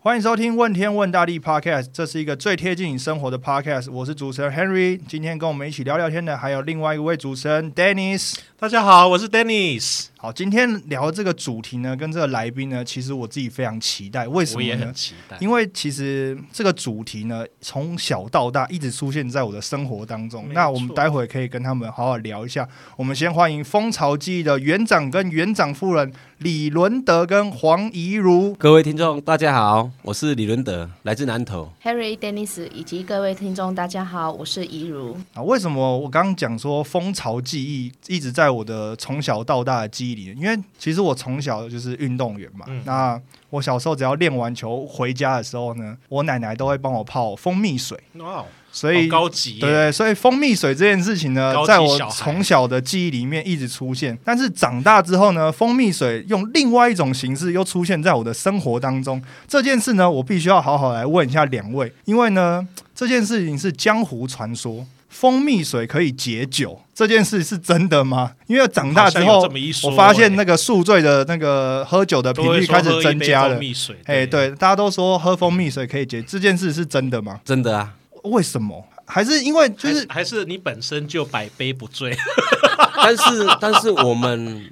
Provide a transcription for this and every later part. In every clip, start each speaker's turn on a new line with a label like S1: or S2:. S1: 欢迎收听《问天问大地》Podcast，这是一个最贴近你生活的 Podcast。我是主持人 Henry，今天跟我们一起聊聊天的还有另外一位主持人 Dennis。
S2: 大家好，我是 Dennis。
S1: 好，今天聊这个主题呢，跟这个来宾呢，其实我自己非常期待。为什
S2: 我
S1: 么
S2: 也
S1: 呢
S2: 很？期待。
S1: 因为其实这个主题呢，从小到大一直出现在我的生活当中
S2: 没。
S1: 那我们
S2: 错
S1: 待会可以跟他们好好聊一下。我们先欢迎蜂巢记忆的园长跟园长夫人李伦德跟黄怡如。
S3: 各位听众，大家好，我是李伦德，来自南投。
S4: Harry、Dennis 以及各位听众，大家好，我是怡如。
S1: 啊，为什么我刚刚讲说蜂巢记忆一直在我的从小到大的记忆里？因为其实我从小就是运动员嘛。
S2: 嗯
S1: 那我小时候只要练完球回家的时候呢，我奶奶都会帮我泡蜂蜜水，
S2: 哇哦，
S1: 所以、
S2: 好高级耶，
S1: 对对，所以蜂蜜水这件事情呢
S2: 高，级
S1: 在我
S2: 小孩
S1: 从小的记忆里面一直出现。但是长大之后呢，蜂蜜水用另外一种形式又出现在我的生活当中。这件事呢，我必须要好好来问一下两位，因为呢，这件事情是江湖传说。蜂蜜水可以解酒这件事是真的吗？因为长大之
S2: 好像有
S1: 后
S2: 这，么一说
S1: 我发现
S2: 耶
S1: 那个宿醉的那个喝酒的频
S2: 都会
S1: 率
S2: 说
S1: 开始
S2: 喝一
S1: 增
S2: 杯
S1: 加了
S2: 蜂。蜜水，
S1: 哎、，对，大家都说喝蜂蜜水可以解，这件事是真的吗？
S3: 真的啊，
S1: 为什么？还是因为就
S2: 就是是还是你本身就百杯不醉，
S3: 但是但是我们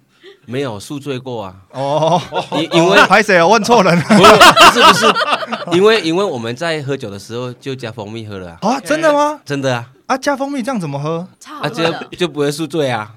S3: 没有宿醉过啊，
S1: 哦，
S3: 因因为
S1: 拍谁？我问错人了
S3: 不不是不是，因为因为我们在喝酒的时候就加蜂蜜喝了、啊，
S1: 啊？真的吗？
S3: 真的啊，
S1: 啊，加蜂蜜这样怎么喝？
S4: 超
S3: 啊这样就不会宿醉啊，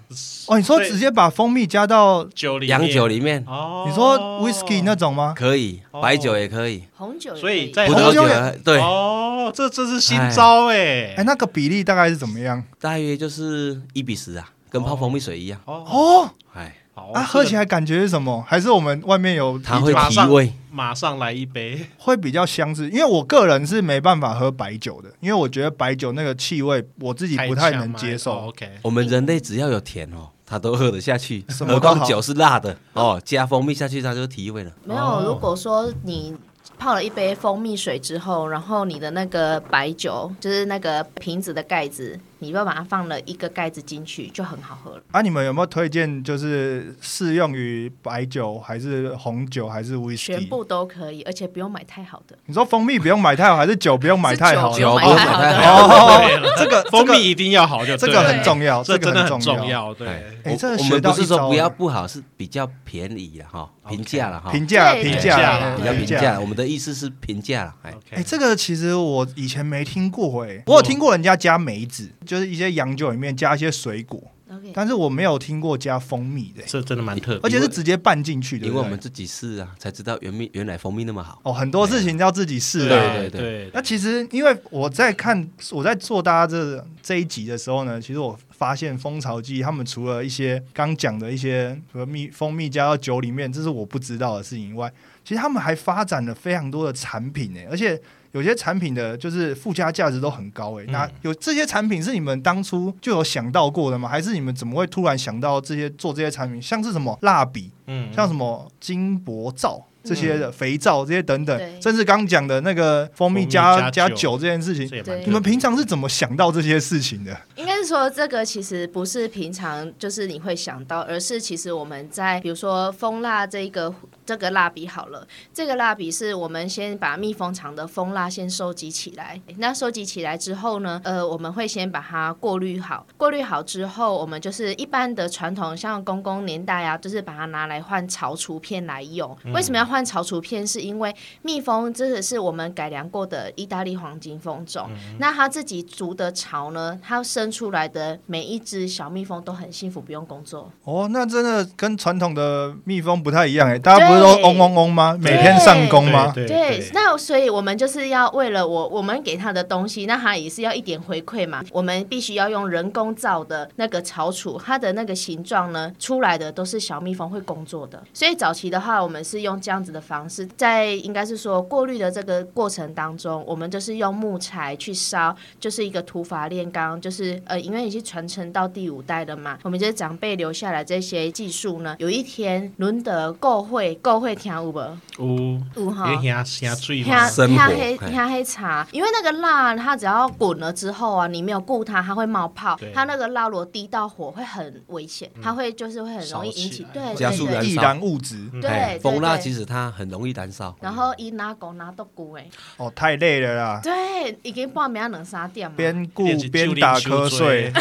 S1: 哦，你说
S2: 对
S1: 直接把蜂蜜加到
S2: 酒里面
S3: 洋酒里面
S2: 哦，
S1: 你说 whisky 那种吗？
S3: 可以，白酒也可以，
S4: 红酒也可，
S2: 所以在
S3: 葡
S1: 红
S3: 萄
S1: 酒
S3: 酒
S1: 也
S3: 也对，
S2: 哦，这这是新招哎
S1: 哎，，那个比例大概是怎么样？
S3: 大约就是一比十啊，跟泡蜂蜜水一样，
S2: 哦，
S1: 哦，
S3: 哎，
S2: 好
S1: 啊，喝起
S2: 来
S1: 来感觉是什么？还是我们外面有啤
S3: 它
S1: 酒
S3: 会
S2: 马
S3: 提
S2: 上
S3: 味，
S2: 马上来一杯，
S1: 会比较相似？因为我个人是没办法喝白酒的，因为我觉得白酒那个气味我自己不太能接
S2: 开枪嘛哦
S1: 受。
S2: OK，
S3: 我们人类只要有甜哦。它都喝得下去，
S1: 什么
S3: 何
S1: 都好
S3: 况酒是辣的哦，加蜂蜜下去它就提味了。
S4: 没有。如果说你泡了一杯蜂蜜水之后，然后你的那个白酒，就是那个瓶子的盖子，你就把它放了一个盖子进去，就很好喝了。
S1: 啊，你们有没有推荐就是适用于白酒还是红酒还是 whisky？
S4: 全部都可以，而且不用买太好的。
S1: 你说蜂蜜不用买太好，还是酒不用买太好呢？
S4: 是酒不
S3: 酒
S4: 用买太 好
S3: 不
S4: 的
S3: 用买太。
S1: 哦
S2: 对了，
S1: 这个这
S2: 蜂
S1: 个
S2: 蜜一定要好就
S1: 这
S2: 对
S1: 个
S2: 了
S1: 很重要，
S2: 这真
S1: 个
S2: 的
S1: 很
S2: 很重
S1: 要。
S2: 要，对，
S1: 哎
S3: 我
S1: 这个
S3: 我
S1: 学
S3: 们
S1: 到
S3: 不是
S1: 一招
S3: 说不要
S1: 哎
S3: 不好，是比较便宜了哈，
S2: OK
S3: 平价了哈，
S1: 评价
S4: 对
S1: 评
S3: 对
S1: 哎价
S2: 对
S3: 比
S2: 对
S3: 较
S2: 对
S3: 平价。。我们的意思是平价了，哎，
S1: 哎，
S2: OK，
S1: 这个其实我以前没听过哎，我有听过人家加梅子，就是一些洋酒里面加一些水果，
S4: OK，
S1: 但是我没有听过加蜂蜜的，哎
S2: 这真的蛮特别
S1: 而
S2: 的，
S1: 且是直接拌进去的。
S3: 因
S1: 对
S3: 为我
S1: 不对
S3: 们自己试啊，才知道原蜜原来蜂蜜那么好。
S1: 哦，很多事情要自己试
S3: 对
S1: 啊。
S2: 对
S3: 对
S2: 对
S1: 那其实，因为我在看我在做大家这这一集的时候呢，其实我发现蜂巢记忆他们除了一些刚讲的一些和蜜蜂蜜加到酒里面，这是我不知道的事情以外，其实他们还发展了非常多的产品呢，而且。有些产品的就是附加价值都很高诶、欸
S2: 嗯
S1: 那有这些产品是你们当初就有想到过的吗？还是你们怎么会突然想到这些做这些产品？像是什么蜡笔，
S2: 嗯
S1: 像什么金箔皂这些的、肥皂这些等等，
S4: 对
S1: 甚至刚讲的那个蜂蜜
S2: 蜂蜜
S1: 加
S2: 加
S1: 加
S2: 酒
S1: 酒这件事情，
S2: 这也
S4: 对
S2: 蛮
S1: 你们平常是怎么想到这些事情的？
S4: 应该是说，这个其实不是平常就是你会想到，而是其实我们在比如说蜂蜡这一个这个蜡笔好了，这个蜡笔是我们先把蜜蜂厂的蜂蜡先收集起来，那收集起来之后呢，呃，我们会先把它过滤好，过滤好之后，我们就是一般的传统像公公年代啊，就是把它拿来换潮除片来用。为什么要换潮除片？是因为蜜蜂这个是我们改良过的意大利黄金蜂种，那它自己筑的巢呢，它生出来的每一只小蜜蜂都很幸福，不用工作。
S1: 哦，那真的跟传统的蜜蜂不太一样诶、欸大家不是都
S4: 对
S1: 嗡嗡嗡吗？每天上工吗？
S2: 对对
S4: 那所以我们就是要为了我我们给它的东西，那它也是要一点回馈嘛。我们必须要用人工造的那个巢储，它的那个形状呢，出来的都是小蜜蜂会工作的。所以早期的话，我们是用这样子的方式，在应该是说过滤的这个过程当中，我们就是用木材去烧，就是一个土法炼钢，就是呃，因为已经传承到第五代了嘛，我们这些长辈留下来这些技术呢，有一天轮得够会够会听有无？
S2: 呜，
S4: 有哈。
S2: 因为遐遐水嘛
S4: 它，
S3: 生
S4: 它
S3: 活
S4: 黑
S3: 嘿
S4: 它黑茶，因为那个蜡它只要滚了之后啊，你没有顾它，它会冒泡
S2: 对。
S4: 它那个蜡如果滴到火会很危险，它会就是会很容
S2: 烧
S4: 易
S2: 起
S4: 引起
S2: 来
S4: 对
S3: 加速
S4: 对
S3: 燃
S4: 对
S1: 易
S3: 烧
S1: 燃物质。
S2: 嗯
S4: 对
S3: 哎
S4: 对
S3: 蜂蜡
S4: 对
S3: 其实使它很容易燃烧。
S4: 然后伊拿狗拿豆骨哎，
S1: 哦，太累了啦，
S4: 对，已经半暝啊两三点嘛。
S1: 边顾边打瞌睡，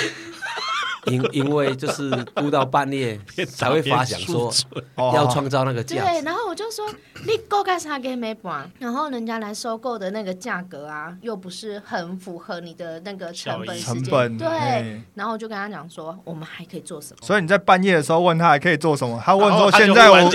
S3: 因因为就是顾到半 夜才会发想说
S1: 哦
S3: 要创造那个价
S4: 对，
S3: 值。
S4: 然后我就说你购干啥给没管，然后人家来收购的那个价格啊，又不是很符合你的那个成本
S2: 效益
S4: 时
S1: 成
S4: 间，
S1: 本
S4: 对。
S1: 嘿
S4: 然后我就跟他讲说，我们还可以做什么？
S1: 所以你在半夜的时候问他还可以做什么，他
S2: 哦他
S1: 问说现在我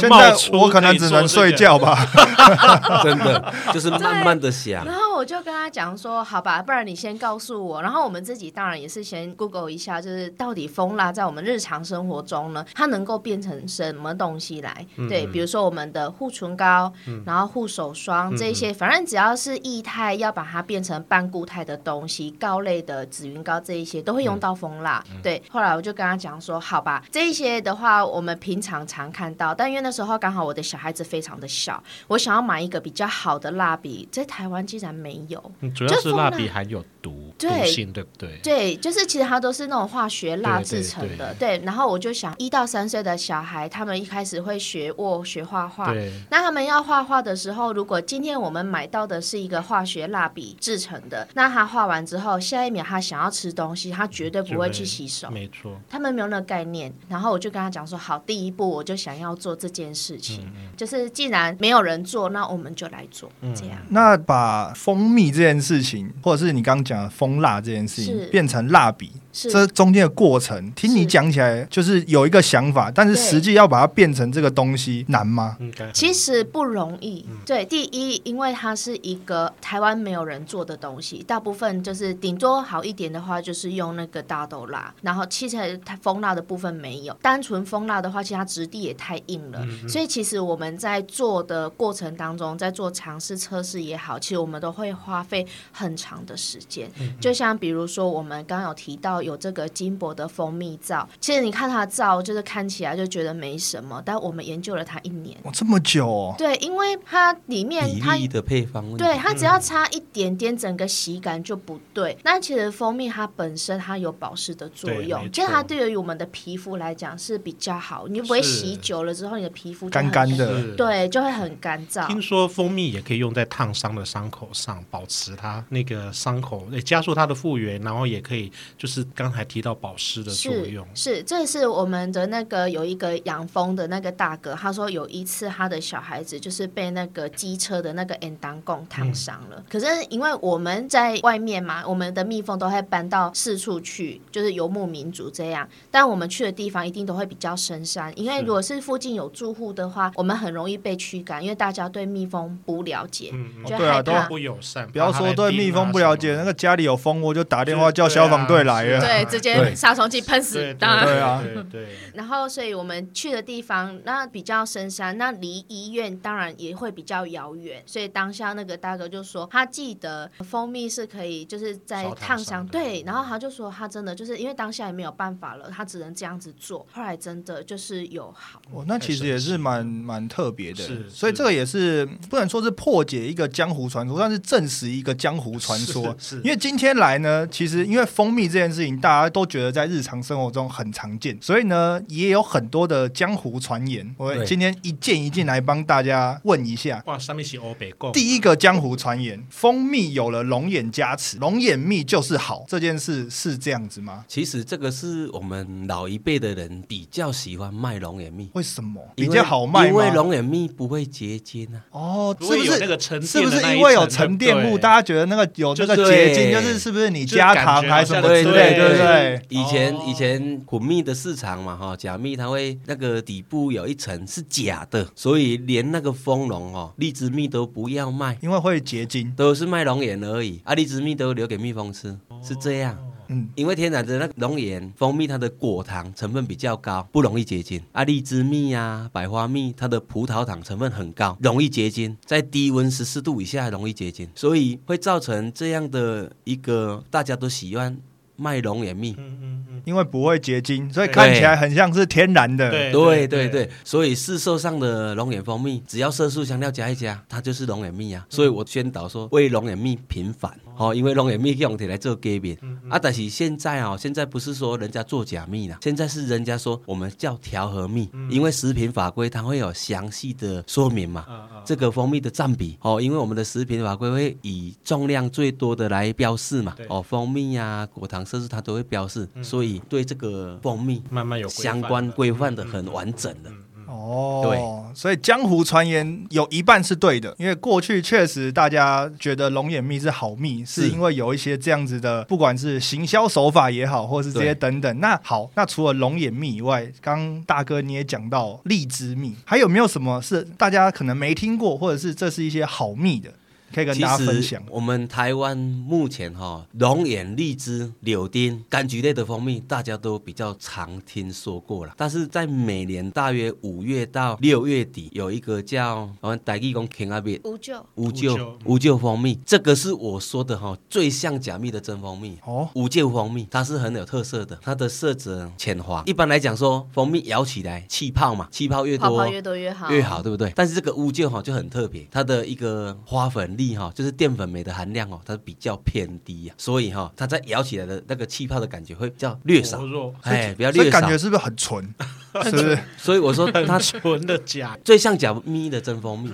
S1: 现在我可能只能睡，觉吧。
S3: 真的就是慢慢的想，
S4: 然后我就跟他讲说，好吧，不然你先告诉我。然后我们自己当然也是先 Google 一下，就是到底蜂蜡在我们日常生活中呢，它能够变成什么东西来？对，比如说我们的护唇膏，然后护手霜这一些，反正只要是液态，要把它变成半固态的东西，膏类的紫云膏这一些都会用到蜂蜡。对，后来我就跟他讲说，好吧，这一些的话我们平常常看到，但因为那时候刚好我的小孩子非常的小，我想要买一个比较好的蜡笔，在台湾竟然没有。
S2: 嗯 主要是蜡笔含有毒
S4: 对
S2: 毒性，对不对？
S4: 对，就是其实它都是那种化学蜡
S2: 对对
S4: 制成的。对然后我就想，一到三岁的小孩，他们一开始会学握、学画画。
S2: 对，
S4: 那他们要画画的时候，如果今天我们买到的是一个化学蜡笔制成的，那他画完之后，下一秒他想要吃东西，他绝对不会去洗手。
S2: 没错，
S4: 他们没有那个概念。然后我就跟他讲说，好，第一步我就想要做这件事情，
S2: 嗯
S4: 就是既然没有人做，那我们就来做，这
S2: 嗯
S4: 样。
S1: 那把蜂蜜这件事情，或者是你刚刚讲的蜂蜡这件事
S4: 是
S1: 情，变成蜡笔，
S4: 是
S1: 这中间的过程，听你
S4: 是
S1: 讲起来就是有一个想法，但是
S4: 对
S1: 实际要把它变成这个东西难吗？
S2: 应该
S4: 其实不容易，对，第一，因为它是一个台湾没有人做的东西，大部分就是顶多好一点的话，就是用那个大豆蜡，然后其实它蜂蜡的部分没有，单纯蜂蜡的话，其实它质地也太硬了，所以其实我们在做的过程当中，在做尝试测试也好，其实我们都会花费很长的时间。就像比如说我们刚刚有提到有这个金箔的蜂蜜皂，其实你看它的皂就是看起来就觉得没什么，但我们研究了它一年。
S1: 哦，这么久哦，
S4: 对，因为它里面
S3: 比
S4: 它
S3: 例的配方问题。
S4: 对它只要差一点点，整个洗感就不对。那其实蜂蜜它本身它有保湿的作
S2: 对
S4: 用
S2: 没，
S4: 其实它
S2: 错
S4: 对于我们的皮肤来讲是比较好，你就不会洗
S2: 是
S4: 久了之后你的皮肤就
S1: 干
S4: 很
S1: 干的
S2: 是。
S4: 对，啊就会很干燥。
S2: 听说蜂蜜也可以用在烫伤的伤口上，保持它那个伤口，诶加速它的复原，然后也可以就是刚才提到保湿的作用。
S4: 是，是这是我们的那个有一个养蜂的那个大哥，他说有一次他的小孩子就是被那个机车的那个 N 当贡烫
S2: 嗯
S4: 伤了。可是因为我们在外面嘛，我们的蜜蜂都会搬到四处去，就是游牧民族这样。但我们去的地方一定都会比较深山，因为如果是附近有住户的话，我们很容易被驱赶，因为大家对蜜蜂不了解。
S2: 嗯，
S4: 就
S1: 哦对啊
S4: 害
S1: 都
S4: 怕
S2: 不友善，
S1: 不要
S2: 怕它
S1: 说
S2: 来
S1: 对
S2: 叮
S1: 蜜
S2: 啊
S1: 蜂不了解，
S2: 什
S1: 那
S2: 么
S1: 个家里有蜂窝就打电话叫消防队来
S2: 对
S1: 了。
S4: 对，直接
S1: 对
S4: 杀虫剂喷死
S2: 对，
S4: 当然
S1: 对啊
S2: 对对，
S4: 然后，所以我们去的地方那比较深山，那离医院当然也会比较遥远。所以当下那个大哥就说，他记得蜂蜜是可以就是在
S2: 烧烫
S4: 烫伤，
S2: 伤的
S4: 对。然后他就说他真的就是因为当下也没有办法了，他只能这样子做。后来真的就是有好，
S1: 哦，那其实也是蛮蛮特别的
S2: 是，
S1: 所以
S2: 是
S1: 这个也是不能说是破解一个江湖传说，但是证实一个江湖传说。
S2: 是
S1: 因为今天来呢，其实因为蜂蜜这件事情，大家都觉得在日常生活中很常见，所以呢，也有很多的江湖传言。我
S3: 对
S1: 今天一件一件来帮大家问一下。
S2: 哇，上面写欧北贡，
S1: 第一个江湖传言，蜂蜜有了龙眼加持，龙眼蜜就是好，这件事是这样子吗？
S3: 其实这个是我们老一辈的人比较喜欢卖龙眼蜜，
S1: 为什么
S3: 因
S1: 比
S3: 为
S1: 较好卖吗？
S3: 因为龙眼蜜不会结晶啊。
S1: 哦，
S2: 不
S1: 是
S2: 会
S1: 不
S2: 有那
S1: 是？
S2: 个沉
S1: 是不
S2: 淀的
S1: 是
S2: 那一层，
S1: 因为有沉淀物，
S2: 对
S1: 大家觉得那个有那个
S3: 就
S1: 结晶，
S3: 对
S1: 就是是不是你
S2: 就
S1: 加
S2: 感
S1: 糖
S2: 觉
S1: 还是什
S2: 好
S1: 么
S2: 像
S1: 之
S2: 是
S1: 类，
S2: 对
S1: 对不对？
S3: 以前、
S2: 哦
S3: 以前混蜜的市场嘛，哈，假蜜它会那个底部有一层是假的，所以连那个蜂笼哦，荔枝蜜都不要卖，
S1: 因为会结晶，
S3: 都是卖龙眼而已，啊，荔枝蜜都留给蜜蜂吃，是这样。
S1: 嗯，
S3: 因为天然的那个龙眼、蜂蜜，它的果糖成分比较高，不容易结晶。啊，荔枝蜜啊、百花蜜，它的葡萄糖成分很高，容易结晶，在低温十四度以下容易结晶，所以会造成这样的一个大家都喜欢麦龙眼蜜。
S2: 嗯嗯嗯，
S1: 因为不会结晶，所以看起来很像是天然的。
S2: 对
S3: 对对对，所以市售上的龙眼蜂蜜，只要色素香料加一加，它就是龙眼蜜啊。所以我宣导说，为龙眼蜜平反哦，因为龙眼蜜用起来做给饼啊。但是现在哦，现在不是说人家做假蜜啦，现在是人家说我们叫调和蜜，因为食品法规它会有详细的说明嘛。
S2: 啊啊，
S3: 这个蜂蜜的占比哦，因为我们的食品法规会以重量最多的来标示嘛
S2: 对，
S3: 哦，蜂蜜啊、果糖色素它都会标示，所以对这个蜂蜜
S2: 慢慢有规范嗯
S3: 相关
S2: 了
S3: 规范的很完整的。
S1: 哦，所以江湖传言有一半是对的，因为过去确实大家觉得龙眼蜜是好蜜，
S3: 是
S1: 是因为有一些这样子的，不管是行销手法也好，或是这些
S3: 对
S1: 等等。那好，那除了龙眼蜜以外，刚大哥你也讲到荔枝蜜，还有没有什么是大家可能没听过，或者是这是一些好蜜的，可以跟
S3: 其
S1: 大家分
S3: 实
S1: 享？
S3: 我们台湾目前哈、龙眼、荔枝、柳丁、柑橘类的蜂蜜，大家都比较常听说过了。但是在每年大约五月到六月底，有一个叫我们台语讲 King 阿蜜。
S4: 乌桕
S3: 五
S2: 五
S3: 舅
S2: 舅
S3: 五舅蜂蜜，这个是我说的哈、最像假蜜的真蜂蜜。
S1: 哦，
S3: 五舅蜂蜜它是很有特色的，它的色泽浅黄。一般来讲说，蜂蜜摇起来气泡嘛，气泡越多
S4: 泡泡越多越好，
S3: 越好，对不对？但是这个乌桕哈就很特别，它的一个花粉粒哈，就是淀粉酶的含量哦，它比较偏低啊，所以哈，它在摇起来的那个气泡的感觉会比较略少
S2: 薄，弱
S3: 哎，比较
S1: 所以
S3: 略少
S1: 感。觉是不是很纯？是不是？
S3: 所以 我说它
S2: 很哦纯的假
S3: 最像假咪的真蜂蜜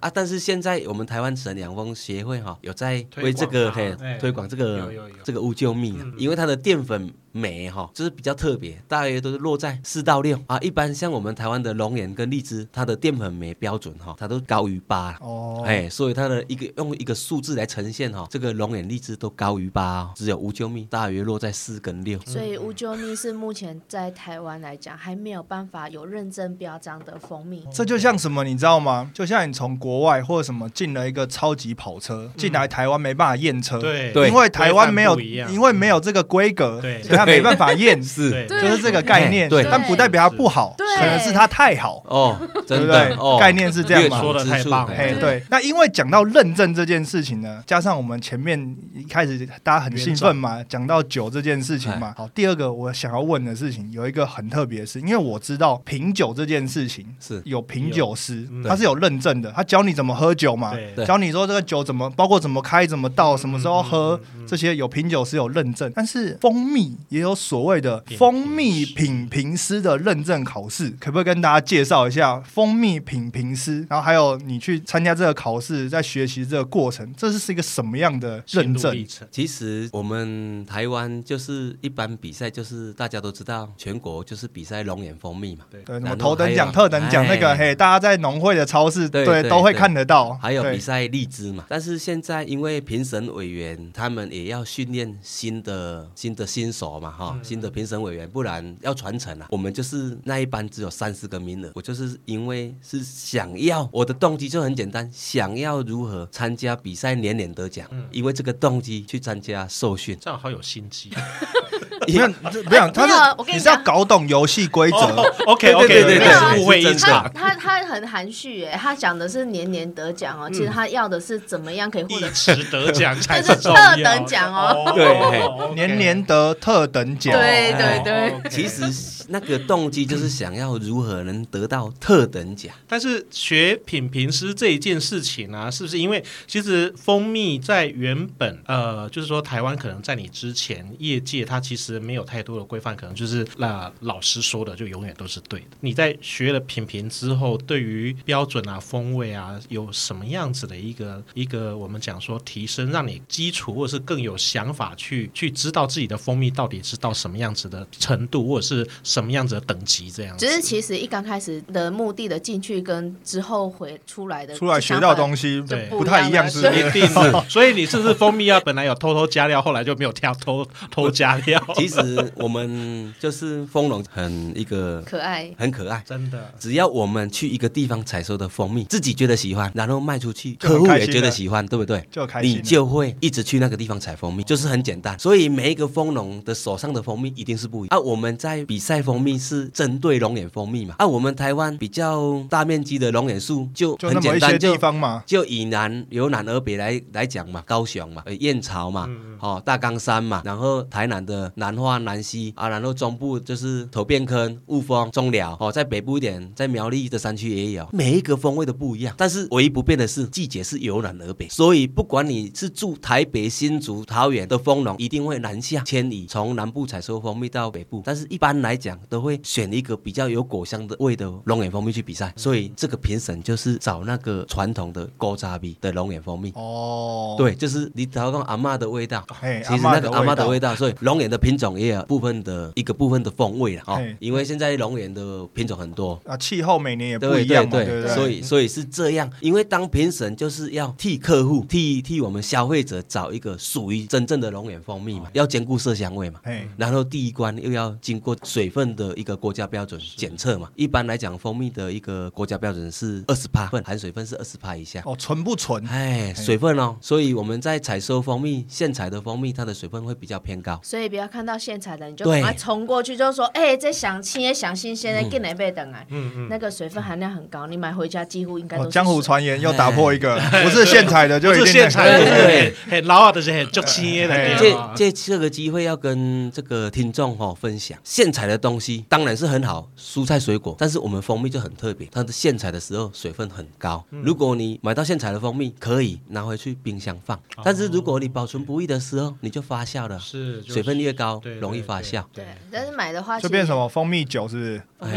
S3: 啊，但是现在我们台湾省养蜂协会哈、有在为这
S2: 推
S3: 个
S2: 广
S3: 嘿
S2: 它哎
S3: 推广这个
S2: 有有嗯有
S3: 这个乌桕蜜啊、因为它的淀粉酶哈、就是比较特别，大约都是落在四到六啊。一般像我们台湾的龙眼跟荔枝，它的淀粉酶标准哈、它都高于八、
S1: 哦，
S3: 哎，所以它的一个用一个数字来呈现哈、这个龙眼、荔枝都高于八、哦，只有乌桕蜜大约落在四跟六。
S4: 所以乌桕蜜是目前在台湾来讲还没有办法有认证标章的蜂蜜，
S1: 这就像什么，你知道吗？就像你从国外或者什么进了一个超级跑车，进来台湾没办法验车，
S2: 嗯对
S3: 对
S1: 因为台湾没有，
S2: 规范不一样嗯
S1: 因为没有这个规格，
S2: 对
S1: 所以它没办法验，是
S2: 对
S4: 对
S1: 就是这个概念，
S3: 对
S1: 但不代表它不好，
S4: 对
S1: 可能是它太好，
S3: 哦，
S1: 对
S3: 真
S1: 不
S3: 的
S1: 对
S3: 哦，？
S1: 概念是这样
S3: 略
S1: 嘛？
S2: 说得
S3: 知
S2: 太
S3: 数
S2: 棒了
S1: 哎，对，那因为讲到认证这件事情呢，加上我们前面一开始大家很兴奋嘛，讲到酒这件事情嘛。好，第二个我想要问的事情有一个很特别的事，因为我知道品酒这件事情
S3: 是
S1: 有品酒师
S2: 有嗯，
S1: 他是有认证的，他教你怎么喝酒嘛，
S2: 对
S3: 对
S1: 教你说这个酒怎么，包括怎么开、怎么倒、什么时候喝
S2: 嗯嗯嗯，
S1: 这些有品酒师有认证。但是蜂蜜也有所谓的
S2: 品评师
S1: 蜂蜜品评师的认证考试，可不可以跟大家介绍一下蜂蜜品评师？然后还有你去参加这个考试，在学习这个过程，这是一个什么样的
S2: 心
S1: 认
S2: 路
S1: 证
S2: 历？程，
S3: 其实我们台湾就是一般比赛，就是大家都知道，全国就是比赛龙眼蜂蜜嘛。
S1: 对，什
S3: 然
S1: 么
S3: 后
S1: 头等奖、
S3: 还有
S1: 特等奖那个，
S3: 哎
S1: 嘿，大家在农会的超市
S3: 对
S1: 对
S3: 对
S1: 都会
S3: 对
S1: 看得到。
S3: 还有
S1: 哦对
S3: 比赛荔枝嘛，但是现在因为评审委员他们也要训练新的新的新手嘛，哈、新的评审委员，不然要传承啊。我们就是那一班只有三十个名额，我就是因为是想要我的动机就很简单，想要如何参加比赛年年得奖，因为这个动机去参加 受训。
S2: 这样好有心机。
S1: 没有，这没有，他
S4: 没有
S1: 是
S4: 我跟你
S1: 你是要
S4: 讲
S1: 搞懂游戏规则。
S2: 哦 OK
S3: 哦对
S2: OK，
S3: 对对
S4: 对对
S2: 误会一
S3: 是真啊的
S2: 场
S4: 他。他他很含蓄耶，他讲的是年年得奖哦，其实他要的是怎么样可以获
S2: 一
S4: 得
S2: 直得奖才
S4: 这是
S2: 重要
S4: 特等奖 哦
S3: 对
S2: 哦，OK
S1: 年年得特等奖，
S4: 对对对
S2: 哦，OK
S3: 其实那个动机就是想要如何能得到特等奖。
S2: 但是学品评师这一件事情啊，是不是因为其实蜂蜜在原本呃，就是说台湾可能在你之前业界它其实没有太多的规范，可能就是那、老师说的就永远都是对的。你在学了品评之后，对于标准啊、风味啊，有什么样子的一个一个我们讲说提升，让你基础或者是更有想法去去知道自己的蜂蜜到底是到什么样子的程度，或者是什么样子的等级这样子。
S4: 只是其实一刚开始的目的的进去跟之后回出来的
S1: 出来学到东西
S2: 对
S1: 不太一样，是
S4: 就
S1: 不
S4: 不
S1: 是
S2: 一？定 是，所以你是不是蜂蜜啊？本来有偷偷加料，后来就没有挑偷偷加料，
S3: 其实我们就是丰隆很一个
S4: 可爱。
S3: 很可爱。
S2: 真的
S3: 只要我们去一个地方采收的蜂蜜，自己觉得喜欢，然后卖出去，
S1: 就很
S3: 客户
S1: 开
S3: 也
S1: 心啊
S3: 觉得
S1: 了
S3: 喜欢，对不对？
S1: 就开心了
S3: 你就会一直去那个地方采蜂蜜，就是很简单。所以每一个蜂农的手上的蜂蜜一定是不一样。啊，我们在比赛蜂蜜是针对龙眼蜂蜜嘛。啊，我们台湾比较大面积的龙眼树就
S1: 就
S3: 很
S1: 那么
S3: 简
S1: 一
S3: 单，
S1: 些
S3: 就
S1: 地方嘛，
S3: 就以南由南而北来来讲嘛，高雄嘛，呃燕巢嘛，哦大冈山嘛，然后台南的南化、南溪啊，然后中部就是头汴坑、雾峰、中寮哦，在北部一点，在苗栗的山区也有，每一个风味都不一样，但是唯一不变的是季节是由南而北，所以不管你是住台北、新竹、桃园的蜂农，一定会南下迁移，从南部采收蜂蜜到北部，但是一般来讲都会选一个比较有果香的味的龙眼蜂蜜去比赛，所以这个评审就是找那个传统的高渣比的龙眼蜂蜜。
S1: 哦，，
S3: 对，就是你只要用阿嬷的味道，
S1: 嘿，
S3: 其实那个阿
S1: 妈
S3: 妈的味道，所以龙眼的品种也有部分的一个部分的风味了哦
S1: 嘿。
S3: 因为现在龙眼的品种很多，
S1: 啊，气候每年也不
S3: 对
S1: 一样嘛，
S3: 对
S1: 对不对？
S3: 所以所以是这样，因为当评审就是要替客户、替替我们消费者找一个属于真正的龙眼蜂蜜嘛，要兼顾色香味嘛。
S1: 哦嘿，
S3: 然后第一关又要经过水分的一个国家标准检测嘛，一般来讲，蜂蜜的一个国家标准是二十帕，含水分是二十帕以下。
S1: 哦，纯不纯？
S3: 哎，水分哦，所以我们在采收蜂蜜，现采的蜂蜜它的水分会比较偏高。
S4: 所以不要看到现采的，你就
S3: 对嗯
S4: 赶快冲过去，就说：“哎、这想新也想新鲜哎的，更能被等来。”那个水分含量很高，你买回家几乎应该都
S1: 嗯哦，
S4: 是
S1: 江湖
S4: 水。
S1: 传言又打破一个，
S3: 哎
S1: 不是现采的就
S2: 不
S1: 一定
S2: 是现场
S1: 对
S2: 的，
S3: 对对
S2: 嘿嘿，老啊的是很足青的
S1: 哎
S2: 对
S3: 借
S2: 吧，
S3: 借这个机会要跟这个听众哈、分享，现采的东西当然是很好，蔬菜水果，但是我们蜂蜜就很特别，它的现采的时候水分很高。
S1: 嗯
S3: 如果你买到现采的蜂蜜，可以拿回去冰箱放，
S1: 哦
S3: 但是如果你保存不易的时候，你就发酵了，
S2: 是就是
S3: 水分越高
S2: 对对
S3: 容易发酵。
S4: 对，但是买的话
S1: 就变什
S4: 么？
S1: 么蜂蜜酒是
S3: 哎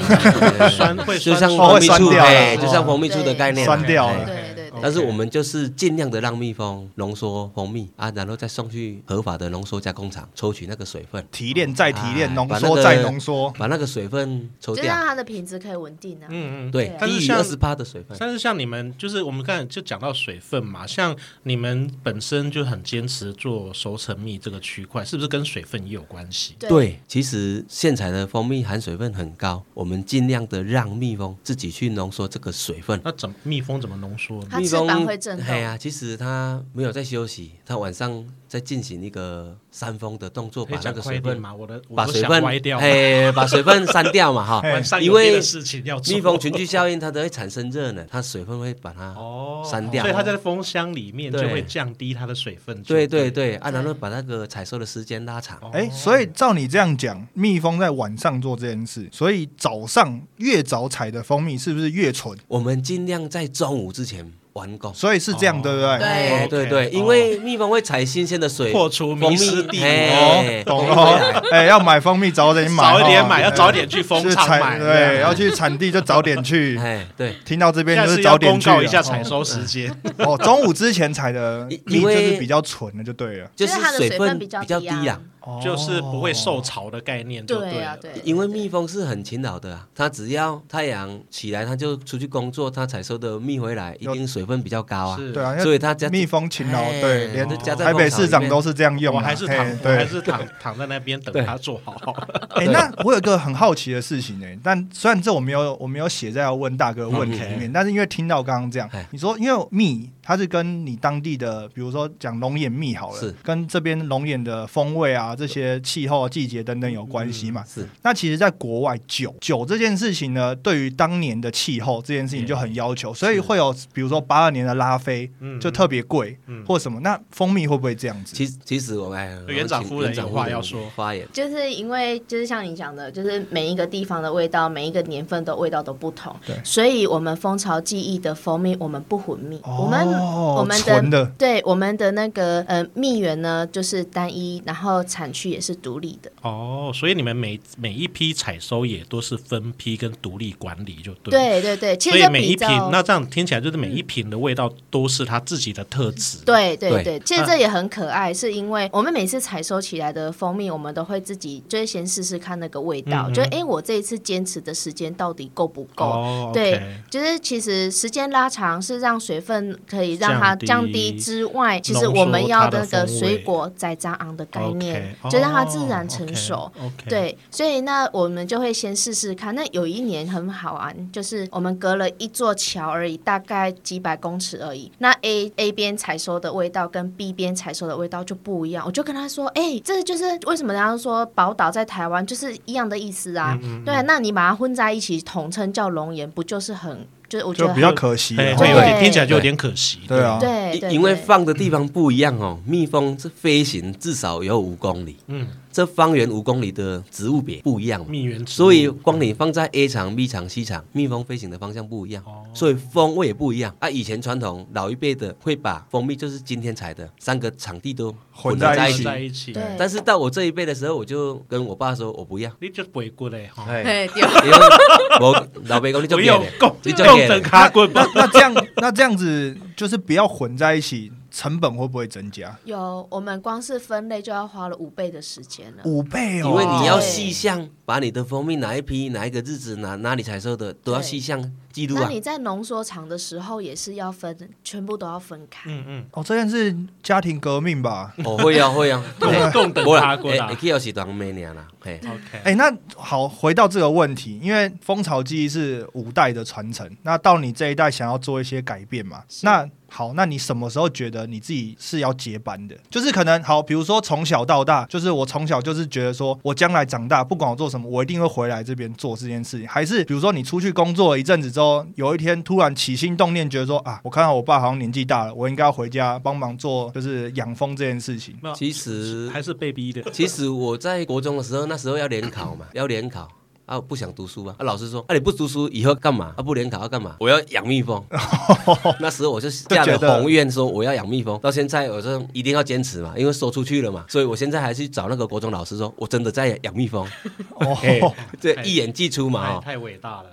S2: 酸会
S3: 就
S2: 酸
S3: 像
S1: 哦
S2: 醋
S3: 蜂
S1: 会
S3: 蜜
S1: 酸
S3: 醋，
S1: 掉
S3: 哎，
S1: 了
S3: 就像蜂蜜醋的概
S1: 不是
S3: 念，
S1: 酸掉
S3: 哎
S1: 了？
S4: 对
S2: 哎
S4: 对对
S3: 但是我们就是尽量的让蜜蜂浓缩蜂蜜啊，然后再送去合法的浓缩加工厂抽取那个水分，
S1: 提炼再提炼，
S3: 哎
S1: 浓
S3: 把那
S1: 缩
S3: 个
S1: 再浓缩，
S3: 把那个水分抽
S4: 就
S3: 掉
S4: 让，它的品质可以稳定啊。
S2: 嗯嗯。
S3: 对
S4: 对，啊
S3: 低于
S2: 但
S3: 二
S2: 是
S3: 十帕的水分。
S2: 但是像你们，就是我们刚才就讲到水分嘛，像你们本身就很坚持做熟成蜜这个区块，是不是跟水分也有关系？
S4: 对，
S3: 对，其实现采的蜂蜜含水分很高，我们尽量的让蜜蜂自己去浓缩这个水分。
S2: 那怎么蜜蜂怎么浓缩呢？
S4: 它
S3: 蜜
S4: 翅膀
S3: 蜂
S4: 会震动
S3: 哎呀，其实它没有在休息，它晚上在进行一个扇风的动作，
S2: 可
S3: 把
S2: 以
S3: 那
S2: 讲
S3: 个
S2: 快一
S3: 水
S2: 点
S3: 分，
S2: 嘛，我的我
S3: 把
S2: 都
S3: 水
S2: 想
S3: 分
S2: 歪掉，
S3: 哎，把水分删掉 嘛哈。
S2: 晚上
S3: 哎因
S2: 有别
S3: 为
S2: 的事情要做
S3: 蜜蜂群聚效应，它都会产生热能，它水分会把它
S2: 哦
S3: 删掉
S2: 所以它在蜂箱里面就
S3: 对
S2: 会降低它的水分。
S3: 对
S2: 就
S3: 对，对，啊，然后把那个采收的时间拉长。
S2: 哦
S1: 哎，所以照你这样讲，蜜蜂在晚上做这件事，所以早上越早采的蜂蜜是不是越纯？
S3: 我们尽量在中午之前完工。
S1: 所以是这样，
S2: 哦
S1: 对不对？
S3: 哎，
S2: OK，
S3: 对对，
S2: 哦
S3: 因为蜜蜂会采新鲜的水，
S2: 破除
S3: 蜂
S2: 迷
S3: 蜜
S2: 失地
S3: 哎
S1: 哦，懂了。哎，要买蜂蜜早点买，
S2: 早一点
S1: 哦
S2: 买，要早点去蜂
S1: 是
S2: 场
S1: 产
S2: 买。
S1: 对，要去产地就早点 去。
S3: 哎，对，
S1: 听到这边
S2: 下
S1: 就
S2: 次
S1: 是
S2: 要
S1: 早点
S2: 公
S1: 去啊
S2: 告
S1: 了
S2: 一下采收时间。
S1: 哦，哦中午之前采的
S3: 因
S1: 蜜
S3: 因
S1: 就
S3: 为
S1: 是比较纯的，就对了。
S3: 就是
S4: 因为它的
S3: 水
S4: 分
S3: 分
S4: 较
S3: 较低
S4: 啊
S3: 啊。。
S1: 哦
S2: 就是不会受潮的概念就
S4: 对
S2: 了。
S4: 啊，对，对
S3: 因为蜜蜂是很勤劳的啊，它只要太阳起来，它就出去工作，它采收的蜜回来一定水分比较高啊，
S2: 是
S1: 对啊，因
S3: 所
S1: 为
S3: 以它加
S1: 蜜蜂勤劳，
S3: 哎
S1: 对，连
S3: 就加在
S1: 台北
S3: 蜂巢
S1: 市
S3: 里
S1: 长
S3: 面
S1: 都是这样用啊。
S2: 我还是
S1: 嘿
S2: 躺，我还
S1: 对。
S2: 是躺 躺在那边等它做好。
S1: 哎，
S3: 对
S1: 那我有个很好奇的事情呢，但虽然这我没有我没有写在要问大哥的问题里
S2: 嗯
S1: 面，但是因为听到刚刚这样
S3: 哎，
S1: 你说因为蜜它是跟你当地的，比如说讲龙眼蜜好了
S3: 是，
S1: 跟这边龙眼的风味啊、这些气候、季节等等有关系
S2: 啊嗯
S1: 嘛。
S3: 是
S1: 那其实，在国外酒酒这件事情呢，对于当年的气候这件事情就很要求，所以会有比如说八二年的拉菲
S2: 嗯
S1: 就特别贵，或什么。那蜂蜜会不会这样子？
S3: 其实其实我哎，我们
S2: 园长
S3: 请
S2: 夫人
S3: 园长
S2: 有话
S3: 夫人
S2: 要说
S3: 发言。
S4: 就是因为就是像你讲的，就是每一个地方的味道，每一个年份的味道都不同
S1: 对，
S4: 所以我们蜂巢记忆的蜂蜜，我们不混蜜，
S1: 哦
S4: 我们我们的
S1: 纯的
S4: 对我们的那个呃蜜源呢，就是单一，然后产区也是独立的，
S2: 哦，所以你们每每一批采收也都是分批跟独立管理，就对。。
S4: 对对对，其
S2: 所
S4: 实
S2: 以
S4: 就
S2: 每一
S4: 比
S2: 瓶，
S4: 较
S2: 那这样听起来就是每一瓶的味道都是它自己的特质。
S4: 对对
S3: 对
S2: 嗯
S4: 对，其实这也很可爱，是因为我们每次采收起来的蜂蜜，我们都会自己就是先试试看那个味道，
S2: 嗯嗯
S4: 就哎、诶我这一次坚持的时间到底够不够？
S2: 哦，
S4: 对
S2: OK
S4: 就是其实时间拉长是让水分可以让它
S2: 降
S4: 降
S2: 低
S4: 低之外，其实
S2: 浓缩
S4: 我们要
S2: 它
S4: 那
S2: 的
S4: 个
S2: 风味
S4: 水果栽渣昂的概念
S2: OK，
S4: 就让它
S2: 哦
S4: 自然成熟。。
S2: OK，OK
S4: 对，所以那我们就会先试试看。那有一年很好玩，就是我们隔了一座桥而已，大概几百公尺而已。那 A A 边采收的味道跟 B 边采收的味道就不一样。我就跟他说：“哎、这就是为什么人家说宝岛在台湾湾就是一样的意思啊。
S2: 嗯嗯嗯
S4: 对啊，那你把它混在一起统称叫龙岩，不就是很就是我觉
S1: 就
S4: 得
S1: 比较可惜啊哦
S2: 哎，
S3: 啊
S1: 了。
S2: 会有点
S4: 对
S2: 听起来就有点可惜。
S1: 对啊
S4: 很对哎对，
S3: 因因为
S4: 对嗯
S3: 放的地方不一样哦，蜜蜂这飞行至少有五公里，
S2: 嗯，
S3: 这方圆五公里的植物别不一样嘛，
S2: 蜜源植物
S3: 所以光你放在 A 场、B 场、C 场，蜜蜂飞行的方向不一样，
S2: 哦
S3: 所以风味也不一样。啊，以前传统老一辈的会把蜂蜜就是今天采的三个场地都
S1: 混
S3: 混
S1: 在
S3: 合
S1: 一
S3: 在一
S1: 起
S3: 起，
S2: 在一起，
S4: 对
S3: 但是到我这一辈的时候，我就跟我爸说我 不要，
S2: 你就回过来哈。
S3: 哎，
S4: 对对
S3: 因为我老爸讲你就
S2: 不
S3: 变
S2: 用
S3: 了，
S2: 共
S3: 你就变
S2: 共
S3: 了
S2: 整。卡棍吧
S1: 那。那这样， 那这样子就是不要混在一起，成本会不会增加
S4: 有我们光是分类就要花了五倍的时间了。
S1: 五倍哦？
S3: 因为你要
S4: 对
S3: 细项，把你的蜂蜜哪一批、哪一个日子、哪哪里采收的，都要
S4: 对
S3: 细项记录
S4: 那
S3: 啊。
S4: 你在浓缩厂的时候也是要分，全部都要分开。
S2: 嗯嗯，
S1: 哦，这件是家庭革命吧？
S3: 哦，会啊， 会啊，
S2: 共共等
S3: 不
S2: 卡
S3: 啦，
S2: 棍
S3: 哎，
S2: 啊
S3: 会。 去要是当妹娘啦，嘿，
S2: OK，
S1: 哎、那好，回到这个问题，因为蜂巢记忆是五代的传承，那到你这一代想要做一些改变嘛？那好，那你什么时候觉得你自己是要接班的？就是可能好，比如说从小到大，就是我从小就是觉得说我将来长大，不管我做什么，我一定会回来这边做这件事情。还是比如说你出去工作了一阵子之后，有一天突然起心动念，觉得说啊，我看到我爸好像年纪大了，我应该要回家帮忙做就是养蜂这件事情。
S2: 没有
S3: 其实
S2: 哎还是被逼的。
S3: 其实我在国中的时候，那时候要联考 嘛，要联考。啊，我不想读书啊！啊，老师说，啊，你不读书以后干嘛？啊，不联考要干嘛？我要养蜜蜂。 那时候我就下
S1: 就觉
S3: 了
S1: 得
S3: 宏愿，说我要养蜜蜂。到现在，我说一定要坚持嘛，因为说出去了嘛，所以我现在还去找那个国中老师说，我真的在养蜜 蜂，
S1: 哦，
S3: 嘿这
S2: 哎
S3: 一眼既出嘛、
S2: 太
S3: 哦。
S2: 太伟大了，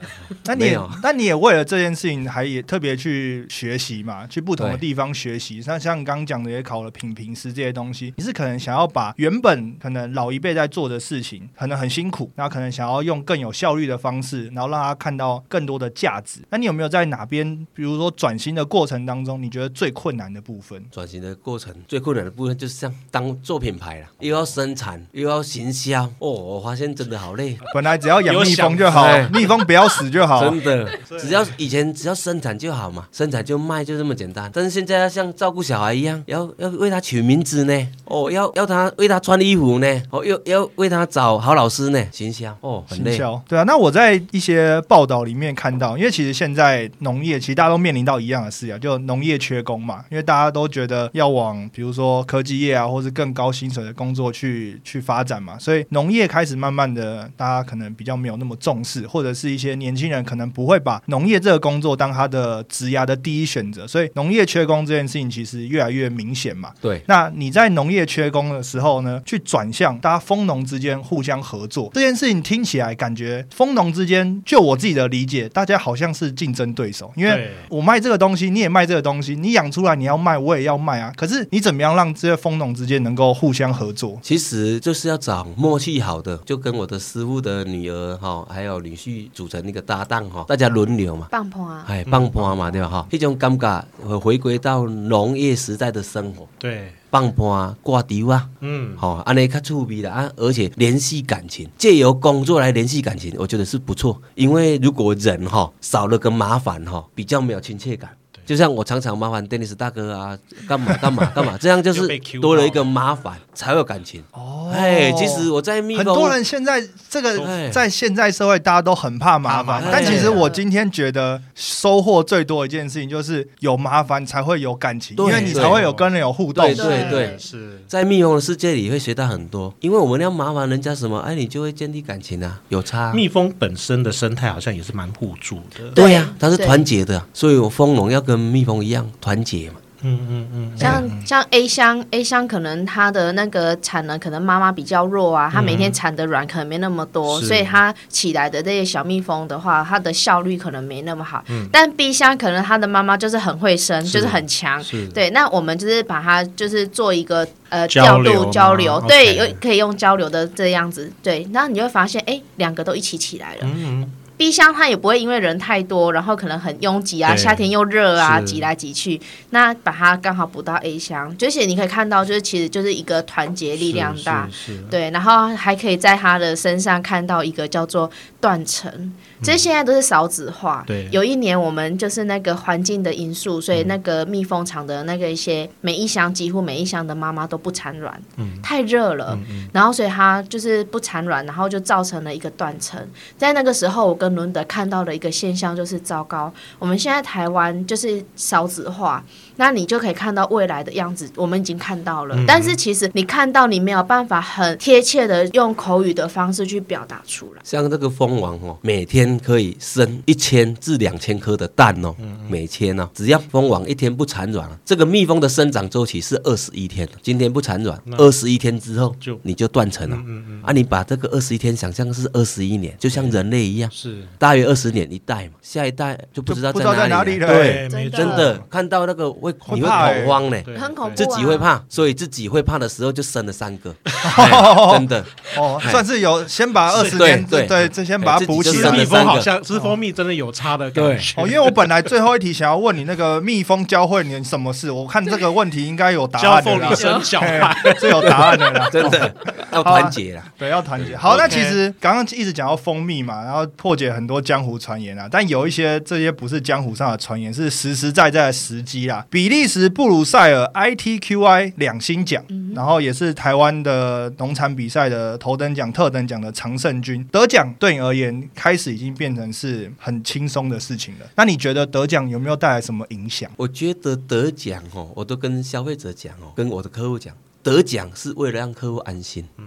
S1: 那你
S3: 没
S1: 也
S3: 有
S1: 那你也为了这件事情，还也特别去学习嘛，去不同的
S3: 对
S1: 地方学习。那像刚刚讲的，也考了品评师这些东西，你是可能想要把原本可能老一辈在做的事情，可能很辛苦，那可能想要用更有效率的方式，然后让他看到更多的价值。那你有没有在哪边，比如说转型的过程当中，你觉得最困难的部分？
S3: 转型的过程最困难的部分就是像当做品牌了，又要生产，又要行销。哦，我发现真的好累，
S1: 本来只要养
S2: 有
S1: 蜜
S2: 想
S1: 蜂就好
S3: 哎，
S1: 蜜蜂不要死就好。
S3: 真的，只要以前只要生产就好嘛，生产就卖就这么简单。但是现在要像照顾小孩一样，要要为他取名字呢，哦，要要他为他穿衣服呢，哦，要要为他找好老师呢，行销哦，很
S1: 行
S3: 累。
S1: 销对啊，那我在一些报道里面看到，因为其实现在农业其实大家都面临到一样的事啊，就农业缺工嘛，因为大家都觉得要往比如说科技业啊，或是更高薪水的工作去去发展嘛，所以农业开始慢慢的，大家可能比较没有那么重视，或者是一些年轻人可能不会把农业这个工作当他的职涯的第一选择，所以农业缺工这件事情其实越来越明显嘛。
S3: 对，
S1: 那你在农业缺工的时候呢，去转向大家蜂农之间互相合作这件事情，听起来感觉蜂农之间，就我自己的理解，大家好像是竞争对手，因为
S2: 对
S1: 我卖这个东西，你也卖这个东西，你养出来你要卖，我也要卖啊。可是你怎么样让这些蜂农之间能够互相合作？
S3: 其实就是要找默契好的，就跟我的师傅的女儿哈、还有女婿组成一个搭档哈、大家轮流嘛。
S4: 棒碰啊，
S3: 哎，棒伴嘛，对吧？哈，那种感觉呃回归到农业时代的生活，
S2: 对，
S3: 棒伴挂吊啊，
S2: 嗯，
S3: 好、安尼较趣味啦啊，而且联系感情，借由工作来联系感情，我觉得是不错。因为如果人哈、少了个麻烦哈、比较没有亲切感。就像我常常麻烦 Dennis 大哥啊，干嘛干嘛干嘛，这样就
S2: 又
S3: 是
S2: 被 cue
S3: 多了一个麻烦，才有感情。
S1: 哦
S3: 哎，其实我在蜜
S1: 很
S3: 蜂，
S1: 多人现在这个
S3: 哎
S1: 在现在社会，大家都很怕麻
S2: 怕麻
S1: 烦
S2: 烦，
S1: 但其实我今天觉得收获最多的一件事情就是有麻烦才会有感情，因
S3: 对
S1: 为你才会有跟人有互动。
S3: 对对对，
S2: 是，
S3: 在蜜蜂的世界里会学到很多，因为我们要麻烦人家什么，哎，你就会建立感情啊，有差啊、
S2: 蜜蜂本身的生态好像也是蛮互助的，
S3: 对呀、它是
S4: 对
S3: 团结的，啊所以我蜂农要跟蜜蜂一样团结嘛。
S2: 嗯嗯嗯，
S4: 像像 A 箱 A 箱可能它的那个产能可能妈妈比较弱啊，它每天产的卵可能没那么多，
S2: 嗯是
S4: 所以它起来的这些小蜜蜂的话，它的效率可能没那么好。但 B 箱可能它的妈妈就是很会生，
S2: 嗯是
S4: 就是很强。
S2: 是，
S4: 对，那我们就是把它就是做一个呃
S2: 交
S4: 调
S2: 流
S4: 度
S2: 吗
S4: 交流，
S2: OK
S4: 对，有可以用交流的这样子，对，那你会发现哎，两个都一起起来了。
S2: 嗯嗯，
S4: 冰箱它也不会因为人太多，然后可能很拥挤啊，
S2: 对
S4: 夏天又热啊，
S2: 是
S4: 挤来挤去，那把它刚好补到 A 箱，而且你可以看到，就是其实就是一个团结力量大，
S2: 是是
S4: 对，然后还可以在他的身上看到一个叫做断层，这现在都是少子化。
S2: 对
S4: 有一年我们就是那个环境的因素，所以那个蜜蜂场的那个一些每一箱几乎每一箱的妈妈都不产卵，
S2: 嗯
S4: 太热了，然后所以它就是不产卵，然后就造成了一个断层。在那个时候，我跟伦德看到的一个现象就是糟糕，我们现在台湾就是少子化，那你就可以看到未来的样子，我们已经看到
S2: 嗯
S4: 了。但是其实你看到，你没有办法很贴切的用口语的方式去表达出来。
S3: 像这个蜂王哦，每天可以生一千至两千颗的蛋哦，每天哦，只要蜂王一天不产卵，啊这个蜜蜂的生长周期是二十一天，今天不产卵，二十一天之后
S2: 就
S3: 你就断层了。啊，你把这个二十一天想象是二十一年，就像人类一样，
S2: 是，
S3: 大约二十年一代嘛，下一代就不知道
S1: 不知道在
S3: 在
S1: 哪
S3: 哪
S1: 里
S3: 里了。
S1: 了
S2: 对，
S4: 真
S2: 没
S4: 的
S2: 错
S3: 真的看到那个会
S1: 会
S3: 你会
S1: 怕欸
S3: 恐慌呢，
S2: 对
S4: 很恐怖
S3: 自
S2: 对
S4: 啊
S3: 己会怕，所以自己会怕的时候就生了三 个，哎真的。
S1: 哦，
S3: 哎
S1: 算是有先把二十
S3: 对
S1: 年
S3: 对
S1: 对，这先把它
S3: 哎自己
S1: 补
S3: 就
S1: 起
S2: 其
S3: 是
S2: 实
S1: 来
S3: 生。了
S2: 蜜
S3: 三
S2: 蜂
S3: 个嗯
S2: 好像吃蜂蜜真的有差的感觉，
S1: 哦，因为我本来最后一题想要问你那个蜜蜂教会你什么事，我看这个问题应该有答
S2: 教
S1: 案 的
S2: 凤
S1: 啦
S2: 梨，生小
S1: 嘿
S2: 孩，
S1: 这有答案的啦。
S3: 真的要团结啦。
S1: 对，要团结。好，
S2: OK
S1: 那其实刚刚一直讲到蜂蜜嘛，然后破解很多江湖传言啊，但有一些这些不是江湖上的传言，是实实在在的时机啦。比利时布鲁塞尔 ITQI 两星奖，然后也是台湾的农产比赛的头等奖、特等奖的常胜军，得奖对你而言开始已经变成是很轻松的事情了。那你觉得得奖有没有带来什么影响？
S3: 我觉得得奖哦，我都跟消费者讲哦，跟我的客户讲，得奖是为了让客户安心。
S1: 嗯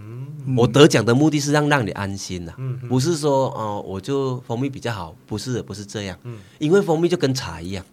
S3: 我得奖的目的是让让你安心呐、不是说哦、我就蜂蜜比较好，不是的不是这样，
S1: 嗯
S3: 因为蜂蜜就跟茶一样。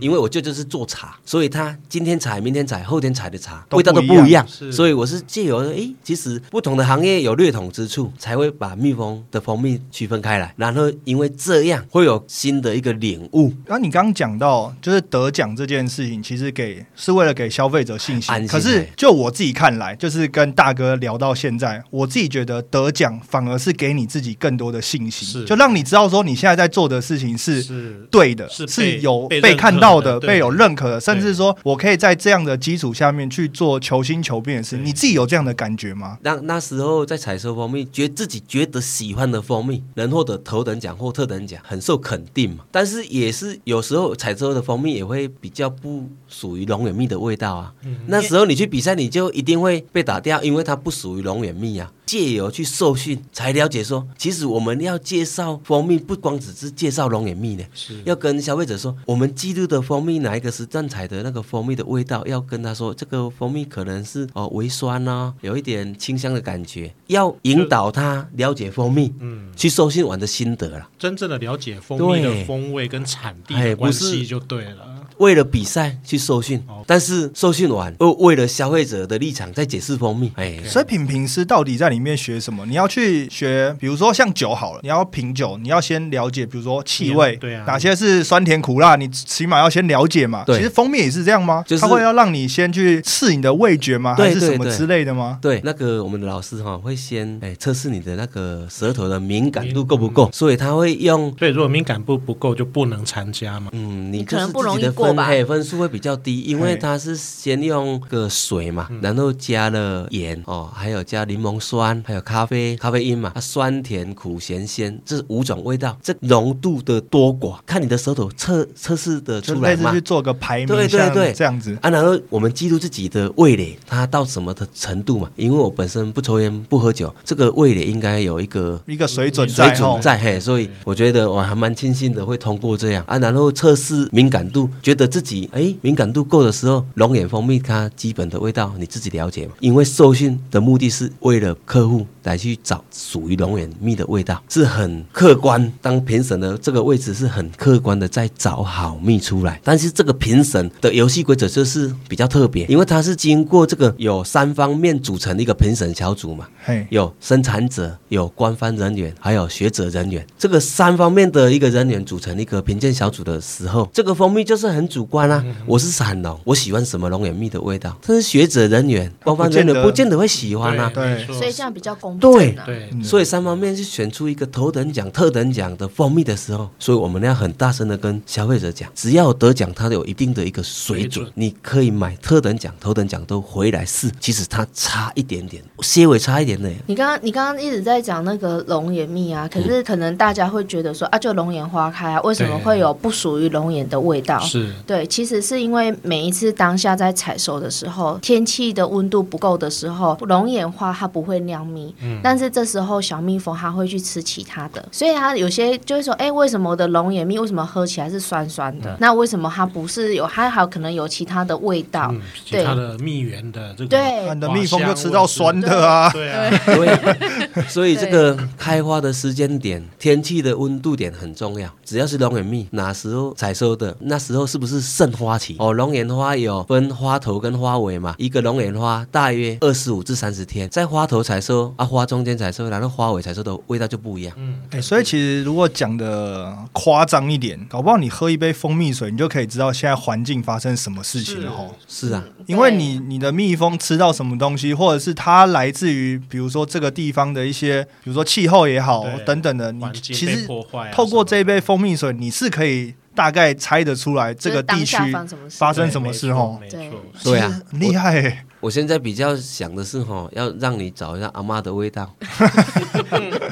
S3: 因为我舅舅是做茶，所以他今天采、明天采、后天采的茶
S1: 都不
S3: 味道都
S1: 一样
S3: 不一样，
S2: 是
S3: 所以我是借由诶，其实不同的行业有略同之处，才会把蜜蜂的蜂蜜区分开来，然后因为这样会有新的一个领悟，
S1: 那你刚刚讲到，就是得奖这件事情，其实给是为了给消费者信心。
S3: 安心
S1: 可是就我自己看来，就是跟大哥聊到现在，我自己觉得得奖反而是给你自己更多的信心，
S2: 是
S1: 就让你知道说你现在在做的事情 是
S2: 是
S1: 对的，
S2: 是被
S1: 有
S2: 被
S1: 被
S2: 认可
S1: 看到的、
S2: 的对
S1: 被有认可的，甚至说我可以在这样的基础下面去做求新求变的事。
S2: 对
S1: 你自己有这样的感觉吗？
S3: 那那时候在采收蜂蜜，觉自己觉得喜欢的蜂蜜能获得头等奖或特等奖，很受肯定嘛。但是也是有时候采收的蜂蜜也会比较不属于龙眼蜜的味道啊。那时候你去比赛，你就一定会被打掉，因为它不属于龙眼蜜啊。借由去受训，才了解说，其实我们要介绍蜂蜜，不光只是介绍龙眼蜜呢，
S2: 是
S3: 要跟消费者说，我们记录的蜂蜜哪一个时段采的那个蜂蜜的味道，要跟他说这个蜂蜜可能是哦微酸呐、有一点清香的感觉，要引导他了解蜂蜜，嗯，去收信玩的心得啦。
S2: 真正的了解蜂蜜的
S3: 对
S2: 风味跟产地
S3: 哎
S2: 的
S3: 不
S2: 关
S3: 是
S2: 系就对了，
S3: 为了比赛去受训，但是受训完又为了消费者的立场在解释蜂蜜，哎，
S1: 所以品评师到底在里面学什么？你要去学，比如说像酒好了，你要品酒，你要先了解，比如说气味，
S2: 对啊
S1: 哪些是酸甜苦辣，你起码要先了解嘛。
S3: 对
S1: 其实蜂蜜也是这样吗？
S3: 就是
S1: 它会要让你先去试你的味觉吗？
S3: 对
S1: 还是什么
S3: 对对
S1: 之类的吗？
S3: 对，那个我们的老师哈、会先哎测试你的那个舌头的敏感度够不够，所以他会用
S2: 所以如果敏感度不够就不能参加嘛，
S3: 嗯，你
S4: 你
S3: 就
S4: 可
S3: 是
S4: 能不
S3: 自己
S4: 容易
S3: 的
S4: 过
S3: 分
S4: 吧
S3: 嘿分数会比较低，因为
S1: 嘿
S3: 它是先用个水嘛，然后加了盐哦，还有加柠檬酸，还有咖啡咖啡因嘛，啊、酸甜苦咸鲜这五种味道，这浓度的多寡，看你的舌头测测试的
S1: 就
S3: 出来
S1: 类似
S3: 嘛
S1: 去。做个排名，
S3: 对对
S1: 像
S3: 对
S1: 这样子。
S3: 啊，然后我们记录自己的味蕾，它到什么的程度嘛？因为我本身不抽烟不喝酒，这个味蕾应该有一个
S1: 一个水准
S3: 水
S1: 在
S3: 准
S1: 吼，
S3: 在嘿，所以我觉得我还蛮庆幸的会通过这样啊，然后测试敏感度，觉得自己哎敏感度够的时候，龙眼蜂蜜它基本的味道你自己了解嘛，因为受训的目的是为了客户来去找属于龙眼蜜的味道，是很客观，当评审的这个位置是很客观的在找好蜜出来，但是这个评审的游戏规则就是比较特别，因为它是经过这个有三方面组成的一个评审小组嘛，
S1: 嘿，
S3: 有生产者、有官方人员，还有学者人员，这个三方面的一个人员组成一个评鉴小组的时候，这个蜂蜜就是很主观啊，我是散农，我喜欢什么龙眼蜜的味道，这是学者人员，
S1: 不
S3: 官方人
S1: 见
S3: 员
S1: 得
S3: 不见得会喜欢啊。
S1: 对
S2: 没错
S4: 所以这样比较公
S3: 对
S4: 正啊。
S2: 嗯对
S1: 嗯
S3: 所以三方面去选出一个头等奖、特等奖的蜂蜜的时候，所以我们要很大声的跟消费者讲，只要有得奖，它有一定的一个水
S2: 水
S3: 准
S2: 准，
S3: 你可以买特等奖、头等奖都回来试，其实它差一点点，些微差一点点。
S4: 你刚刚你刚刚一直在讲那个龙眼蜜
S2: 嗯
S4: 啊，可是可能大家会觉得说啊，就龙眼花开啊，为什么
S2: 对
S4: 会有不属于龙眼的味道？
S2: 是
S4: 对，其实是因为每一次当下在采收的时候，天气的温度不够的时候，龙眼花它不会酿蜜，
S2: 嗯
S4: 但是这时候小蜜蜂它会去吃其他的，所以它有些就会说，哎，为什么我的龙眼蜜为什么喝起来是酸酸的？
S2: 嗯
S4: 那为什么它不是有它还有可能有其他的味道？
S2: 嗯，其
S4: 对
S2: 他的蜜源的这个
S4: 对
S1: 啊你的蜜蜂就吃到酸的啊，
S2: 对啊，
S3: 所以，所以这个开花的时间点、天气的温度点很重要。只要是龙眼蜜，哪时候采收的，那时候是不是盛花期？哦，龙眼花有分花头跟花尾嘛，一个龙眼花大约二十五至三十天，在花头采收啊，花中间采收，然后花尾采收的味道就不一样。
S1: 哎所以其实如果讲的夸张一点，搞不好你喝一杯蜂蜜水，你就可以知道现在环境发生什么事情了哦。
S3: 是啊，
S1: 因为你你的蜜蜂吃到什么东西，或者是它来自于比如说这个地方的一些，比如说气候也好
S2: 对
S1: 等等的，你
S2: 环境
S1: 其
S2: 被
S1: 实
S2: 破坏啊，
S1: 透过
S2: 什
S1: 这一杯蜂蜜水，你是可以大概猜得出来这
S4: 就是
S1: 个地
S4: 当
S1: 区
S4: 下发生什么事
S1: 发
S2: 么的
S1: 生什么事哦。
S2: 对没
S4: 对
S2: 错，
S1: 其实
S3: 对啊，
S1: 很厉害欸、
S3: 我现在比较想的是吼，要让你找一下阿妈的味道，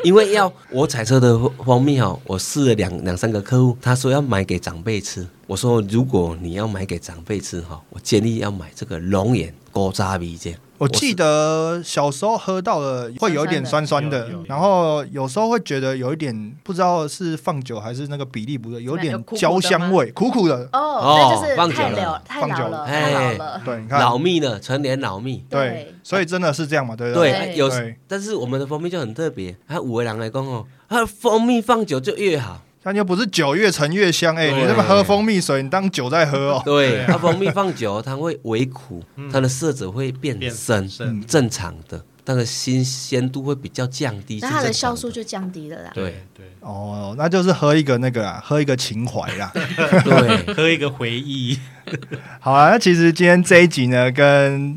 S3: 因为要我采收的蜂蜜哦，我试了两两三个客户，他说要买给长辈吃，我说如果你要买给长辈吃哈，我建议要买这个龙眼锅渣米酱。
S1: 我记得小时候喝到了会有一点酸酸的
S2: 酸酸的，
S1: 然后有时候会觉得有一点不知道是放久还是那个比例不对，有点焦香味，苦苦的。
S4: 哦，那
S3: 放
S4: 就是
S3: 久
S4: 太
S3: 了
S4: 老太
S1: 放久
S4: 老
S1: 了
S4: 了，
S3: 哎
S4: 太老了。
S1: 对，你看，
S3: 老蜜了，成年老蜜。
S1: 对
S4: 哦对，
S1: 所以真的是这样嘛，对不
S3: 对，
S1: 对？
S3: 哎
S4: 对
S3: 有
S1: 对，
S3: 但是我们的蜂蜜就很特别，啊，五位郎来讲哦，啊，蜂蜜放久就越好，
S1: 但又不是酒越陈越香，哎，
S2: 对
S1: 你这么喝蜂蜜水，你当酒在喝 哦。
S3: 对，
S2: 对啊
S3: 它蜂蜜放久，它会微苦，
S1: 嗯
S3: 它的色泽会变
S2: 变
S3: 深，
S2: 深
S3: 正常的，它的新鲜度会比较降低。
S4: 那
S3: 是
S4: 它的
S3: 正
S4: 酵
S3: 常
S4: 素就降低了啦。
S3: 对
S2: 对，
S1: 哦，那就是喝一个那个啊，喝一个情怀啦。
S3: 对，
S2: 喝一个回忆，
S1: 好啊，那其实今天这一集呢，跟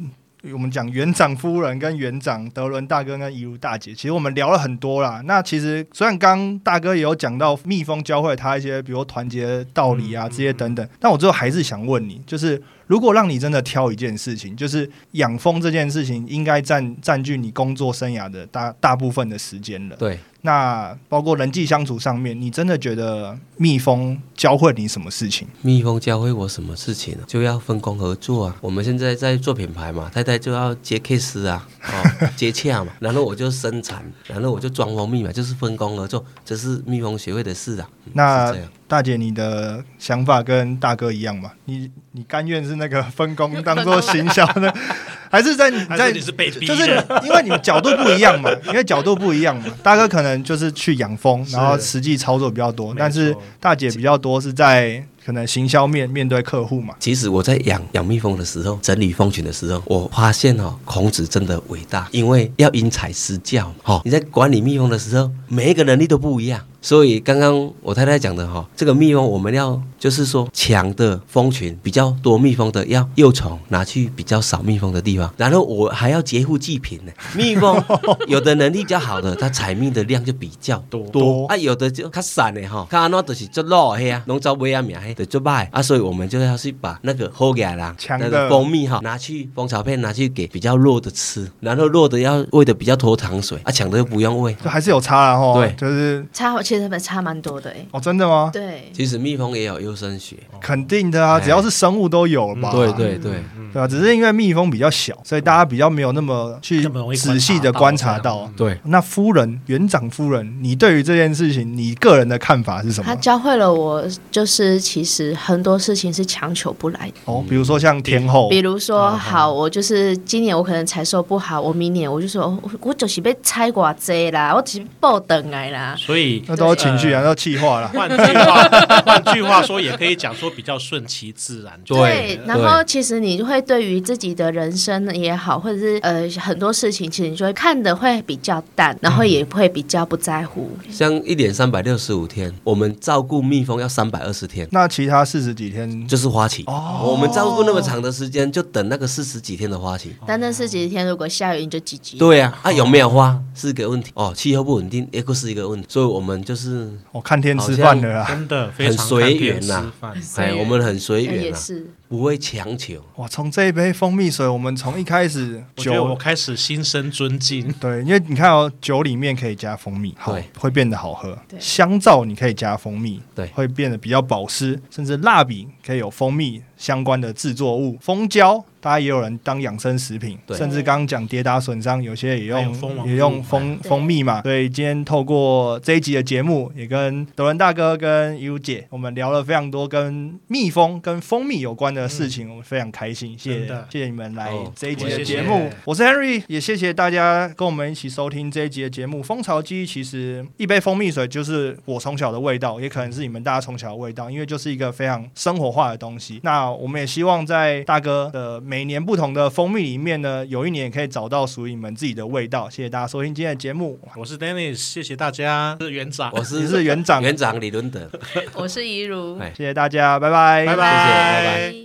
S1: 我们讲园长夫人、跟园长德伦大哥跟怡如大姐，其实我们聊了很多啦。那其实虽然刚大哥也有讲到蜜蜂教会他一些，比如团结的道理啊
S2: 嗯
S1: 这些等等，但我最后还是想问你，就是如果让你真的挑一件事情，就是养蜂这件事情应该占占据你工作生涯的大大部分的时间了。
S3: 对，
S1: 那包括人际相处上面，你真的觉得蜜蜂教会你什么事情？
S3: 蜜蜂教会我什么事情呢？就要分工合作啊。我们现在在做品牌嘛，太太就要接 case 啊，哦， 接洽嘛，然后我就生产，然后我就装蜂蜜嘛，就是分工合作，这是蜜蜂协会的事啊。嗯
S1: 那
S3: 是这样
S1: 大姐，你的想法跟大哥一样吗？你你甘愿是那个分工当做行销呢，还是在你
S2: 还
S1: 在
S2: 是你是被逼
S1: 就是
S2: 的，
S1: 你因为你们角度不一样嘛， 因为角度不一样嘛，大哥可能就是去养蜂，然后实际操作比较多
S2: 没，错
S1: 但是大姐比较多是在可能行销面面对客户嘛。
S3: 其实我在养养蜜蜂的时候，整理蜂群的时候，我发现哦，孔子真的伟大，因为要因材施教嘛。哦，你在管理蜜蜂的时候，每一个能力都不一样。所以刚刚我太太讲的哈、哦，这个蜜蜂我们要就是说强的蜂群比较多蜜蜂的，要幼虫拿去比较少蜜蜂的地方，然后我还要劫富济贫呢。 蜜蜂有的能力比较好的，它采蜜的量就比较多。
S1: 多
S3: 啊，有的就较散的吼，较安怎就是做老的啊，拢走尾啊名嘿，就做歹啊，所以我们就要去把那个好嘅啦，
S1: 强的
S3: 那个蜂蜜哈，拿去蜂巢片拿去给比较弱的吃，然后弱的要喂的比较拖糖水，啊，强的又不用喂。
S1: 就还是有差啦吼，
S3: 对
S1: 就是
S4: 差其实差蛮多的哎、
S1: 哦，真的吗？
S4: 对，
S3: 其实蜜蜂也有优生学，
S1: 肯定的啊，
S3: 哎
S1: 只要是生物都有吧。
S3: 对对对，
S1: 对啊，只是因为蜜蜂比较小，所以大家比较没有那么去
S2: 那么容易观察
S1: 仔细的
S2: 到
S1: 观
S2: 这
S1: 察
S2: 样
S1: 到。
S2: 嗯
S3: 对，
S1: 那夫人，园长夫人，你对于这件事情，你个人的看法是什
S4: 他
S1: 么？
S4: 教会了我，就是其实很多事情是强求不来的。
S1: 哦，比如说像天
S3: 哦
S1: 后
S4: 比，如
S3: 啊
S4: 说，好，我就是今年我可能采收不好，我明年我就说，哦我我就是被拆瓜贼啦，我只是爆等来啦。
S2: 所以
S1: 那都是情绪啊，
S2: 呃
S1: 都是气话啦。
S2: 换句话，换句话说，也可以讲说比较顺其自然。
S3: 对
S4: 然后其实你会对于自己的人生也好，或者是呃很多事情，其实你就会看的会比较淡，然
S3: 嗯
S4: 后也会比较不在乎。
S3: 像一年三百六十五天，我们照顾蜜蜂要三百二十天，
S1: 那其他四十几天，
S3: 就是花期。
S1: 哦
S3: 我们照顾那么长的时间，就等那个四十几天的花期。
S4: 但那十几天如果下雨，你就几级。
S3: 对呀、啊，有没有花是一个问题哦，气候不稳定也是一个问题，所以我们就是，
S1: 我哦看天吃饭的啦。
S2: 真的非常
S3: 啊很随缘呐
S2: 呐、饭
S4: 随
S3: 哎，
S4: 缘
S3: 我们很随
S4: 哎
S3: 缘
S4: 也
S3: 啊，
S4: 是，
S3: 不会强求。
S1: 哇，从这一杯蜂蜜水，我们从一开始
S2: 我觉得我
S1: 酒，
S2: 开始心生尊敬。
S1: 对，因为你看哦，酒里面可以加蜂蜜，好
S3: 对，
S1: 会变得好喝。
S4: 对
S1: 香皂你可以加蜂蜜，
S3: 对
S1: 会变得比较保湿，甚至蜡笔可以有蜂蜜相关的制作物，蜂胶。大家也有人当养生食品，
S3: 对
S1: 甚至刚刚讲跌打损伤，有些也
S2: 还
S1: 用
S2: 有蜂王
S1: 也用
S2: 蜜
S1: 蜂
S4: 对
S1: 蜂蜜嘛。所以今天透过这一集的节目，也跟德伦大哥跟尤姐，我们聊了非常多跟蜜蜂、跟蜂蜜有关的事情，我们非常开心，谢谢
S2: 嗯真的
S1: 谢谢你们来
S3: 哦
S1: 这一集
S2: 我
S1: 的
S2: 谢
S1: 节
S2: 谢
S1: 目。我是 Henry，也谢谢大家跟我们一起收听这一集的节目《蜂巢记忆》。其实一杯蜂蜜水就是我从小的味道，也可能是你们大家从小的味道，因为就是一个非常生活化的东西。那我们也希望在大哥的每年不同的蜂蜜里面呢，有一年也可以找到属于你们自己的味道。谢谢大家收听今天的节目，
S2: 我是 Dennis，谢谢大家，我是园长，
S3: 我
S1: 你
S3: 是
S1: 是园长，
S3: 园长李伦德，
S4: 我是怡如，
S3: 哎
S1: 谢谢大家，拜
S2: 拜拜，
S3: 拜拜
S4: 拜